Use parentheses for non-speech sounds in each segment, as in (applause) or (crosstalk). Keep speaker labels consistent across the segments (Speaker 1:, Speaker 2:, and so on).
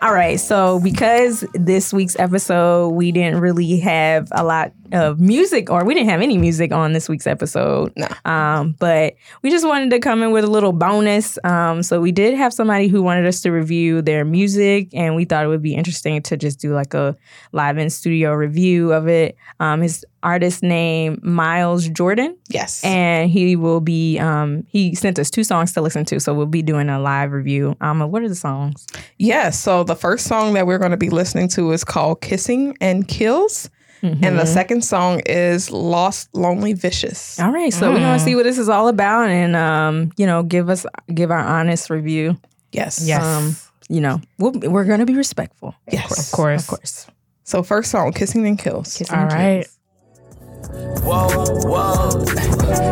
Speaker 1: All right, so because this week's episode, we didn't really have a lot of music, or we didn't have any music on this week's episode.
Speaker 2: No.
Speaker 1: Um, but we just wanted to come in with a little bonus. Um, so we did have somebody who wanted us to review their music, and we thought it would be interesting to just do like a live in studio review of it. Um, his artist name Miles Jordan
Speaker 2: Yes.
Speaker 1: and he will be um he sent us two songs to listen to so we'll be doing a live review um of what are the songs
Speaker 2: yeah. So the first song that we're going to be listening to is called Kissing and Kills. And the
Speaker 3: Mm-hmm.
Speaker 2: second song is Lost, Lonely,
Speaker 3: Uh,
Speaker 2: Vicious.
Speaker 1: all right so we're
Speaker 3: Mm-hmm.
Speaker 1: gonna see what this is all about and um you know give us give our honest review
Speaker 2: Yes.
Speaker 3: Yes.
Speaker 1: um you know we'll, we're gonna be respectful
Speaker 2: Yes.
Speaker 3: Of course.
Speaker 1: of course
Speaker 2: So first song, Kissing and Kills. (laughs)
Speaker 3: All right.
Speaker 4: Whoa, whoa.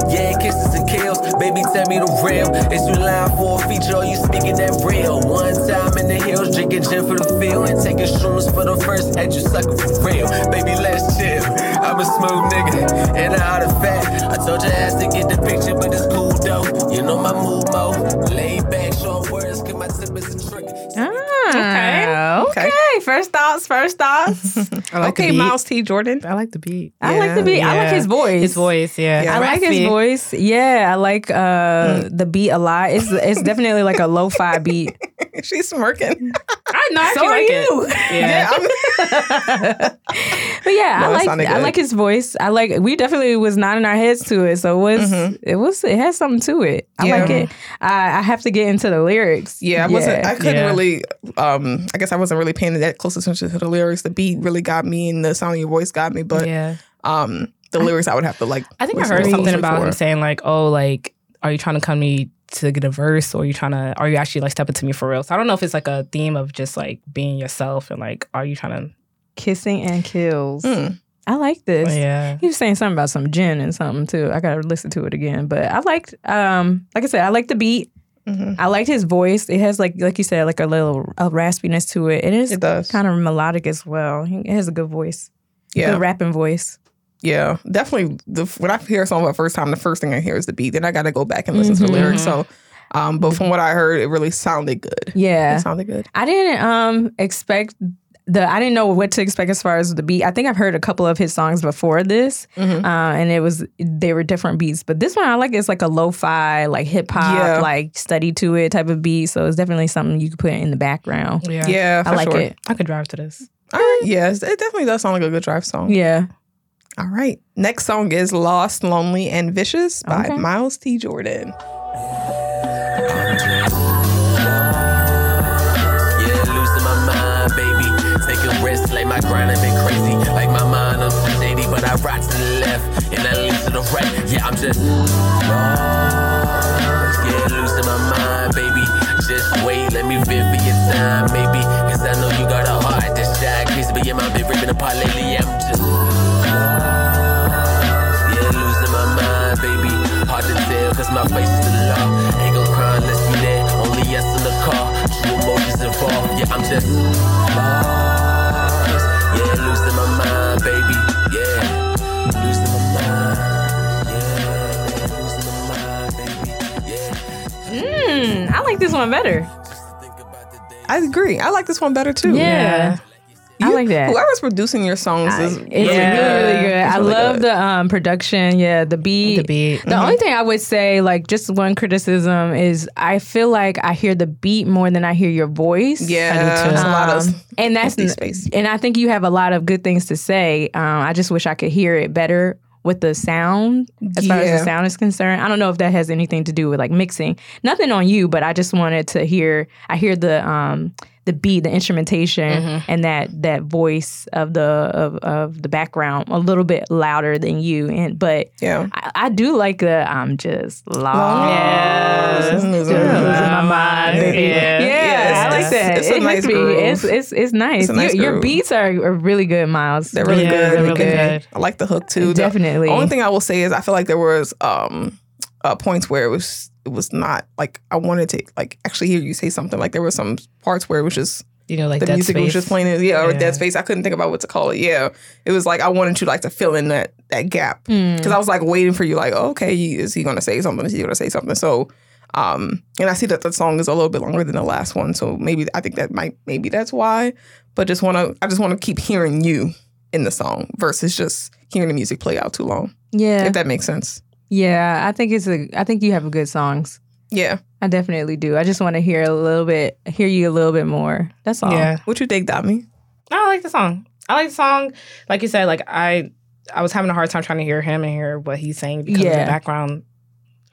Speaker 4: Yeah, kisses and kills. Baby, tell me the real. Is you lying for a feature or you speaking that real? One time in the hills, drinking gin for the feel and taking shrooms for the first. And you sucker for real. Baby, let's chill. I'm a smooth nigga and I out of fat. I told your ass to get the picture, but it's cool though. You know my move, mo. Lay back, short words, get my tip is a trick.
Speaker 1: Ah, okay.
Speaker 2: Okay.
Speaker 1: First thoughts. First thoughts.
Speaker 3: (laughs) I like
Speaker 2: okay,
Speaker 3: the beat.
Speaker 2: Miles T. Jordan.
Speaker 3: I like the beat.
Speaker 1: I like the beat. I like
Speaker 3: Yeah.
Speaker 1: his voice.
Speaker 3: His voice, yeah. Mm.
Speaker 2: Yeah.
Speaker 1: I like
Speaker 3: Raspy.
Speaker 1: his voice. Yeah, I like uh, the beat a lot. It's it's definitely like a lo-fi beat.
Speaker 2: She's smirking.
Speaker 3: (laughs) I know. I
Speaker 1: So
Speaker 3: actually
Speaker 1: are
Speaker 3: like it.
Speaker 1: you.
Speaker 3: (laughs) Yeah.
Speaker 2: I'm-
Speaker 1: But yeah,
Speaker 2: No, it
Speaker 1: I like
Speaker 2: sounded
Speaker 1: I
Speaker 2: good.
Speaker 1: like his voice. I like we definitely was nodding our heads to it, so it was it was it has something to it. I
Speaker 2: Mm-hmm. Yeah.
Speaker 1: like it. I, I have to get into the lyrics.
Speaker 2: Yeah, I wasn't. I couldn't
Speaker 3: Yeah.
Speaker 2: really. Um, I guess I wasn't really paying that close attention to the lyrics. The beat really got me, and the sound of your voice got me. But
Speaker 3: yeah.
Speaker 2: um, the lyrics I would have to like.
Speaker 3: I think I
Speaker 2: listen
Speaker 3: heard
Speaker 2: to
Speaker 3: something
Speaker 2: closely
Speaker 3: about
Speaker 2: for.
Speaker 3: him saying like, "Oh, like, are you trying to come to me to get a verse, or are you trying to, are you actually like stepping to me for real?" So I don't know if it's like a theme of just like being yourself and like, are you trying
Speaker 1: kissing and kills.
Speaker 2: Mm.
Speaker 1: I like
Speaker 3: to?
Speaker 1: this.
Speaker 3: Oh, Yeah.
Speaker 1: He was saying something about some gin and something too. I gotta listen to it again. But I liked, um, like I said, I liked the beat.
Speaker 2: Mhm.
Speaker 1: I liked his voice. It has like, like you said, like a little a raspiness to it. It is
Speaker 2: It does.
Speaker 1: kind of melodic as well. He has a good voice,
Speaker 2: Yeah,
Speaker 1: good rapping voice.
Speaker 2: yeah, definitely. The, when I hear a song for the first time, the first thing I hear is the beat. Then I got to go back and listen to
Speaker 1: Mm-hmm.
Speaker 2: the lyrics. So, um, but from what I heard, it really sounded good.
Speaker 1: Yeah,
Speaker 2: It sounded good.
Speaker 1: I didn't um expect the I didn't know what to expect as far as the beat. I think I've heard a couple of his songs before this,
Speaker 2: Mm-hmm.
Speaker 1: uh, and it was they were different beats. But this one I like. It's like a lo-fi, like hip hop,
Speaker 2: Yeah.
Speaker 1: like study to it type of beat. So it's definitely something you could put in the background.
Speaker 3: Yeah.
Speaker 2: Yeah, for
Speaker 1: I like
Speaker 2: sure.
Speaker 1: it.
Speaker 3: I could drive to this.
Speaker 2: All right. Yes, it definitely does sound like a good drive song.
Speaker 1: Yeah.
Speaker 2: All right. Next song is Lost, Lonely, and Vicious by
Speaker 1: Okay.
Speaker 2: Miles T. Jordan.
Speaker 4: Yeah, losing my mind, baby. Taking risks like my grind has been crazy. Like my mind, I'm 180, but I rock to the left and I lean to the right. Yeah, I'm just lost. Yeah, losing my mind, baby. Just wait, let me vent for your time, maybe. Cause I know you got a heart that's shy, kiss, but yeah, my been ripping apart lately. I'm just yeah, losing my mind, baby. Hard to tell, cause my face is the law. Ain't gon' cry unless we there. Only us in the car. True emotions involved. Yeah, I'm just lost. Yeah, losing my mind, baby. Yeah, losing my mind. Yeah, losing my mind, baby. Yeah.
Speaker 1: Mm, I like this one better.
Speaker 4: Think about the day.
Speaker 2: I agree. I like this one better too.
Speaker 1: Yeah. I
Speaker 2: You-
Speaker 1: like that.
Speaker 2: Whoever's producing your songs
Speaker 1: I-
Speaker 2: is
Speaker 1: it's
Speaker 2: really
Speaker 1: really,
Speaker 2: good.
Speaker 1: really good.
Speaker 2: It's
Speaker 1: I
Speaker 2: really
Speaker 1: love
Speaker 2: good.
Speaker 1: the um, production. Yeah, the beat.
Speaker 3: The beat.
Speaker 2: Mm-hmm.
Speaker 1: The only thing I would say, like, just one criticism is I feel like I hear the beat more than I hear your voice.
Speaker 2: Yeah,
Speaker 3: too.
Speaker 2: it's a lot of
Speaker 1: Um, and that's
Speaker 2: empty space.
Speaker 1: and I think you have a lot of good things to say. Um, I just wish I could hear it better with the sound as far as
Speaker 2: Yeah.
Speaker 1: the sound is concerned. I don't know if that has anything to do with like mixing. Nothing on you, but I just wanted to hear. I hear the um the beat, the instrumentation,
Speaker 2: Mm-hmm.
Speaker 1: and that that voice of the of, of the background a little bit louder than you. And but
Speaker 2: Yeah.
Speaker 1: I, I do like the I'm just lost.
Speaker 2: Yes.
Speaker 1: Just
Speaker 2: Yeah.
Speaker 1: losing my mind.
Speaker 3: Yeah.
Speaker 1: Yeah,
Speaker 2: Yeah,
Speaker 1: I like
Speaker 2: it's-
Speaker 1: that.
Speaker 2: it's a
Speaker 1: it
Speaker 2: nice
Speaker 1: hits me.
Speaker 2: groove.
Speaker 1: It's, it's, it's nice.
Speaker 2: It's a nice
Speaker 1: your, your
Speaker 2: groove.
Speaker 1: beats are, are really good, Miles.
Speaker 2: They're really
Speaker 3: Yeah,
Speaker 2: good.
Speaker 3: they're really
Speaker 2: Okay.
Speaker 3: good.
Speaker 2: I like the hook too. The
Speaker 1: Definitely.
Speaker 2: only thing I will say is I feel like there was um uh, points where it was it was not like I wanted to like actually hear you say something. Like there were some parts where it was just
Speaker 3: You know, like
Speaker 2: the
Speaker 3: Dead
Speaker 2: music was
Speaker 3: Space.
Speaker 2: just playing. Yeah, or
Speaker 3: Yeah.
Speaker 2: Dead Space. I couldn't think about what to call it. Yeah, it was like I wanted you like to fill in
Speaker 1: Hmm.
Speaker 3: Mm.
Speaker 2: that that gap because I was like waiting for you. Like, oh, okay, you, is he gonna say something? Is he gonna say something? So Um, and I see that the song is a little bit longer than the last one, so maybe I think that might maybe that's why. But just want to I just want to keep hearing you in the song versus just hearing the music play out too long.
Speaker 1: Yeah.
Speaker 2: If that makes sense.
Speaker 1: Yeah. I think it's a I think you have good songs.
Speaker 2: Yeah.
Speaker 1: I definitely do. I just want to hear a little bit hear you a little bit more. That's all.
Speaker 3: Yeah.
Speaker 2: What you think, Dami?
Speaker 3: I like the song. I like the song. Like you said, like I I was having a hard time trying to hear him and hear what he's saying because of
Speaker 1: Yeah.
Speaker 3: the background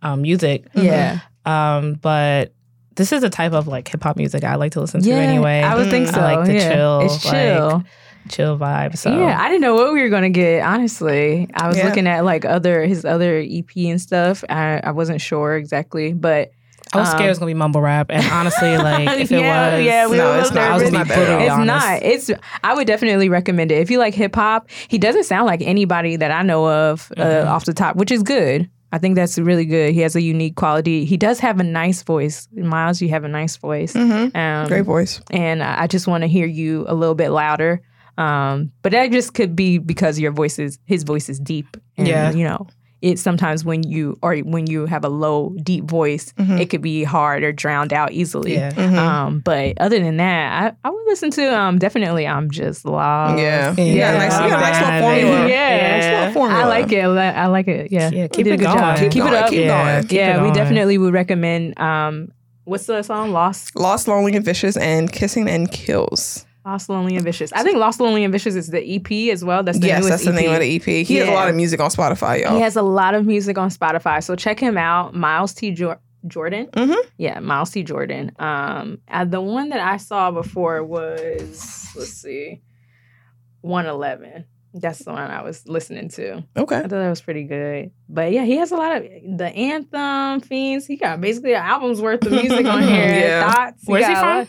Speaker 3: um, music.
Speaker 2: Mm-hmm.
Speaker 1: Yeah.
Speaker 3: Um, but this is a type of like hip hop music I like to listen to
Speaker 1: Yeah,
Speaker 3: anyway.
Speaker 1: I would think
Speaker 2: Mm.
Speaker 1: so.
Speaker 3: I like the
Speaker 1: yeah.
Speaker 3: chill,
Speaker 1: It's
Speaker 3: like,
Speaker 1: chill.
Speaker 3: chill vibe. So
Speaker 1: Yeah, I didn't know what we were gonna get. Honestly, I was
Speaker 2: Yeah.
Speaker 1: looking at like other his other EP and stuff. I, I wasn't sure exactly, but
Speaker 3: I was scared
Speaker 1: Um,
Speaker 3: it was gonna be mumble rap, and
Speaker 1: (laughs)
Speaker 3: honestly, like if it
Speaker 1: Yeah,
Speaker 3: was,
Speaker 1: yeah, we
Speaker 2: No,
Speaker 1: were a
Speaker 2: it's
Speaker 1: little
Speaker 2: not.
Speaker 3: I was
Speaker 2: It's
Speaker 3: gonna
Speaker 2: not
Speaker 3: be
Speaker 2: that
Speaker 3: brutally
Speaker 2: at all.
Speaker 1: it's
Speaker 3: honest.
Speaker 1: not. It's. I would definitely recommend it if you like hip hop. He doesn't sound like anybody that I know of
Speaker 3: Mhm.
Speaker 1: uh, off the top, which is good. I think that's really good. He has a unique quality. He does have a nice voice, Miles. You have a nice voice.
Speaker 2: Mm-hmm.
Speaker 1: Um,
Speaker 2: Great voice.
Speaker 1: and I I just want to hear you a little bit louder. Um, but that just could be because your voice is his voice is deep. And,
Speaker 3: Yeah.
Speaker 1: you know, it sometimes when you or when you have a low deep voice,
Speaker 2: Mhm.
Speaker 1: it could be hard or drowned out easily.
Speaker 3: Mm. Yeah. Mm-hmm.
Speaker 2: Mhm.
Speaker 1: Um, but other than that, I, I would listen to um definitely I'm just lost.
Speaker 2: yeah.
Speaker 3: yeah.
Speaker 2: You got a nice, you got a nice little formula.
Speaker 1: Yeah.
Speaker 2: Nice little formula.
Speaker 1: I like it. I li- I like it. Yeah.
Speaker 3: Yeah,
Speaker 1: You
Speaker 3: keep
Speaker 1: did a
Speaker 3: it
Speaker 1: good
Speaker 3: going.
Speaker 1: job.
Speaker 2: Keep,
Speaker 1: Keep it
Speaker 2: going,
Speaker 1: up.
Speaker 2: Keep
Speaker 3: Yeah.
Speaker 2: going.
Speaker 3: Keep it
Speaker 1: yeah, we
Speaker 3: on.
Speaker 1: definitely would recommend um what's the song? Lost
Speaker 2: Lost, lonely, and vicious, and kissing and kills.
Speaker 1: Lost, Lonely, and Vicious. I think Lost, Lonely, and Vicious is the EP as well. That's the
Speaker 2: yes,
Speaker 1: newest
Speaker 2: that's the
Speaker 1: EP.
Speaker 2: name of the E EP. He has a
Speaker 1: Yeah.
Speaker 2: lot of music on Spotify, y'all.
Speaker 1: He has a lot of music on Spotify, so check him out. Miles T. Jor- Jordan.
Speaker 2: Mhm.
Speaker 1: Yeah, Miles T. Jordan. Um, and the one that I saw before was let's see, One Eleven. That's the one I was listening to. I
Speaker 2: Okay.
Speaker 1: thought that was pretty good. But yeah, he has a lot of the anthem fiends. He got basically an album's worth of music
Speaker 2: (laughs)
Speaker 1: on here.
Speaker 2: Yeah.
Speaker 1: Thoughts.
Speaker 3: Where's he
Speaker 1: got a
Speaker 3: from?
Speaker 1: lot-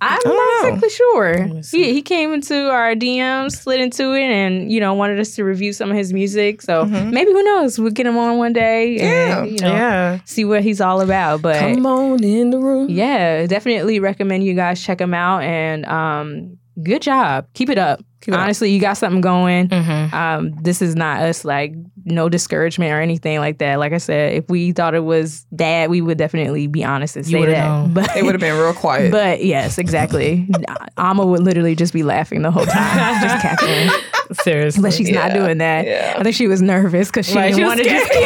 Speaker 1: I'm
Speaker 2: I
Speaker 1: not
Speaker 2: don't know.
Speaker 1: exactly
Speaker 3: Let
Speaker 1: sure.
Speaker 3: me
Speaker 1: He
Speaker 3: see.
Speaker 1: he came into our DMs, slid into it, and you know wanted us to review some of his music. So
Speaker 2: Mhm.
Speaker 1: maybe who knows? We'll get him on one day
Speaker 2: Yeah.
Speaker 1: and you know
Speaker 3: Yeah.
Speaker 1: see what he's all about. But
Speaker 3: Come on in the room.
Speaker 1: yeah, definitely recommend you guys check him out. And um, good job, keep it up.
Speaker 2: Keep it up.
Speaker 1: Honestly, you got something going.
Speaker 3: Mm-hmm.
Speaker 1: Um, this is not us like no discouragement or anything like that. Like I said, if we thought it was that, we would definitely be honest and
Speaker 3: You
Speaker 1: say
Speaker 3: would've
Speaker 1: that.
Speaker 3: known.
Speaker 1: But
Speaker 2: It would have been real quiet.
Speaker 1: but yes, exactly.
Speaker 2: (laughs)
Speaker 1: Alma would literally just be laughing the whole time, just cackling.
Speaker 3: Seriously.
Speaker 1: But she's not
Speaker 2: Yeah.
Speaker 1: doing that.
Speaker 2: yeah.
Speaker 1: (laughs) I think she was nervous because she
Speaker 3: Right, she
Speaker 1: didn't
Speaker 3: was
Speaker 1: want to
Speaker 3: scared.
Speaker 1: just.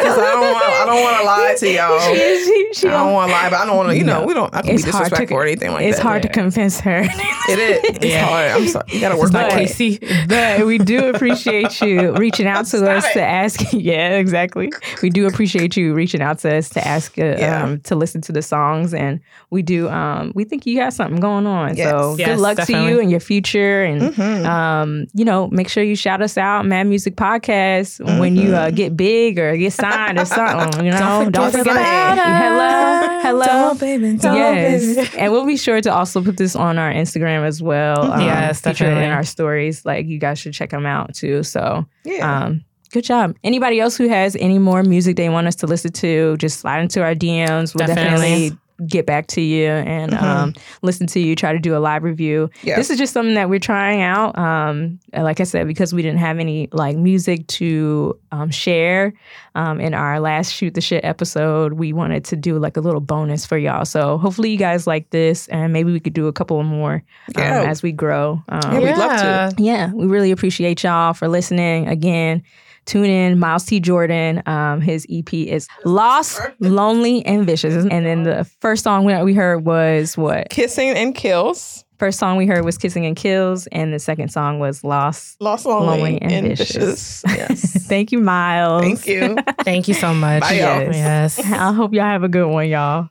Speaker 2: I, 'cause I don't want. I don't want to lie to
Speaker 1: (laughs)
Speaker 2: y'all.
Speaker 1: She is. She, she
Speaker 2: I don't want to lie, but I don't want to. You know,
Speaker 1: No.
Speaker 2: we don't. I can
Speaker 1: It's
Speaker 2: be
Speaker 1: hard to-
Speaker 2: disrespectful or anything like
Speaker 1: it's
Speaker 2: that.
Speaker 1: hard to convince her.
Speaker 2: (laughs)
Speaker 1: (laughs)
Speaker 2: It is. It's
Speaker 3: Yeah.
Speaker 2: hard. I'm sorry. You gotta work
Speaker 1: But-
Speaker 2: on it.
Speaker 3: Casey.
Speaker 1: (laughs) But
Speaker 3: (laughs)
Speaker 1: we do appreciate you reaching out
Speaker 2: (laughs)
Speaker 1: to us to ask. (laughs) Yeah, exactly. We do appreciate you reaching out to us to ask uh,
Speaker 2: Yeah.
Speaker 1: um, to listen to the songs, and we do. Um, we think you got something going on. So
Speaker 2: Yes.
Speaker 1: good
Speaker 3: Yes,
Speaker 1: luck to you
Speaker 3: definitely.
Speaker 1: and your future, and
Speaker 2: Mhm.
Speaker 1: um, you know, make sure you shout us out, Mad Music Podcast, when you uh, get big or get signed or something. You know, don't,
Speaker 2: Mm-hmm. forget
Speaker 1: forget
Speaker 2: about
Speaker 1: about Hello, hello.
Speaker 2: baby.
Speaker 1: Yes, and we'll be sure to also put this on our Instagram as well. um,
Speaker 3: Yes,
Speaker 1: feature it in
Speaker 3: definitely.
Speaker 1: our stories. Like you guys should check them out too. So,
Speaker 2: Yeah.
Speaker 1: um, good job. Anybody else who has any more music they want us to listen to, just slide into our DMs. We'll
Speaker 3: Definitely.
Speaker 1: definitely get back to you and
Speaker 2: Mhm.
Speaker 1: um, listen to you. Try to do a live review
Speaker 2: yeah.
Speaker 1: this is just something that we're trying out um and like i said because we didn't have any like music to um, share um, in our last shoot the shit episode we wanted to do like a little bonus for y'all so hopefully you guys like this and maybe we could do a couple more um,
Speaker 2: Yeah.
Speaker 1: as we grow um,
Speaker 2: Yeah. we'd love to.
Speaker 1: yeah, we really appreciate y'all for listening again. Tune in, Miles T. Jordan. Um, his EP is Lost, Lonely, and Vicious. And then the first song we we heard was what?
Speaker 2: Kissing and kills.
Speaker 1: First song we heard was Kissing and Kills, and the second song was Lost.
Speaker 2: Lost, lonely,
Speaker 1: Lonely and
Speaker 2: and
Speaker 1: vicious.
Speaker 2: vicious. Yes.
Speaker 1: (laughs) Thank you, Miles.
Speaker 2: Thank you.
Speaker 3: Thank you so much.
Speaker 2: Bye, y'all.
Speaker 3: yes.
Speaker 1: I hope y'all have a good one, y'all.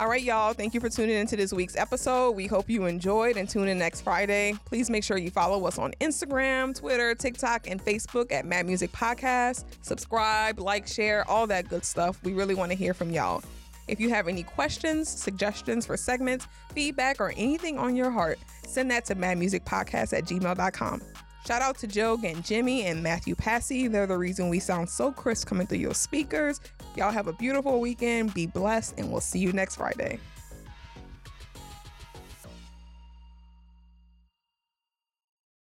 Speaker 2: All right, y'all. Thank you for tuning into this week's episode. We hope you enjoyed and tune in next Friday. Please make sure you follow us on Instagram, Twitter, TikTok, and Facebook at Mad Music Podcast. Subscribe, like, share, all that good stuff. We really want to hear from y'all. If you have any questions, suggestions for segments, feedback, or anything on your heart, send that to madmusicpodcast at gmail.com. Shout out to Joe and Jimmy and Matthew Passy. They're the reason we sound so crisp coming through your speakers. Y'all have a beautiful weekend. Be blessed, and we'll see you next Friday.